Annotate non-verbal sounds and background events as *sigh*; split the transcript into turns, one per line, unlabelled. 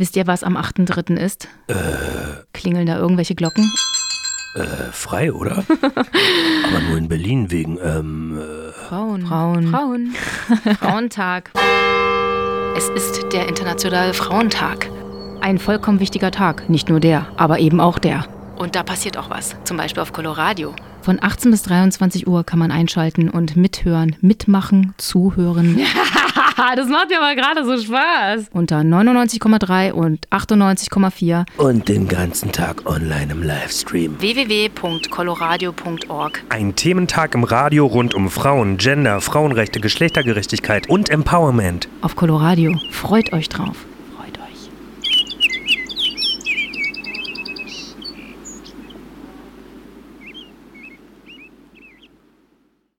Wisst ihr, was am 8.3. ist? Klingeln da irgendwelche Glocken?
Äh, frei, oder? Aber nur in Berlin wegen, ähm,
Frauen. Frauen. *laughs* Frauen. Frauentag. Es ist der internationale Frauentag. Ein vollkommen wichtiger Tag. Nicht nur der, aber eben auch der. Und da passiert auch was. Zum Beispiel auf Coloradio. Von 18 bis 23 Uhr kann man einschalten und mithören, mitmachen, *laughs* zuhören. das macht mir aber gerade so Spaß. Unter 99,3 und 98,4
und den ganzen Tag online im Livestream.
www.coloradio.org.
Ein Thementag im Radio rund um Frauen, Gender, Frauenrechte, Geschlechtergerechtigkeit und Empowerment.
Auf Coloradio. Freut euch drauf.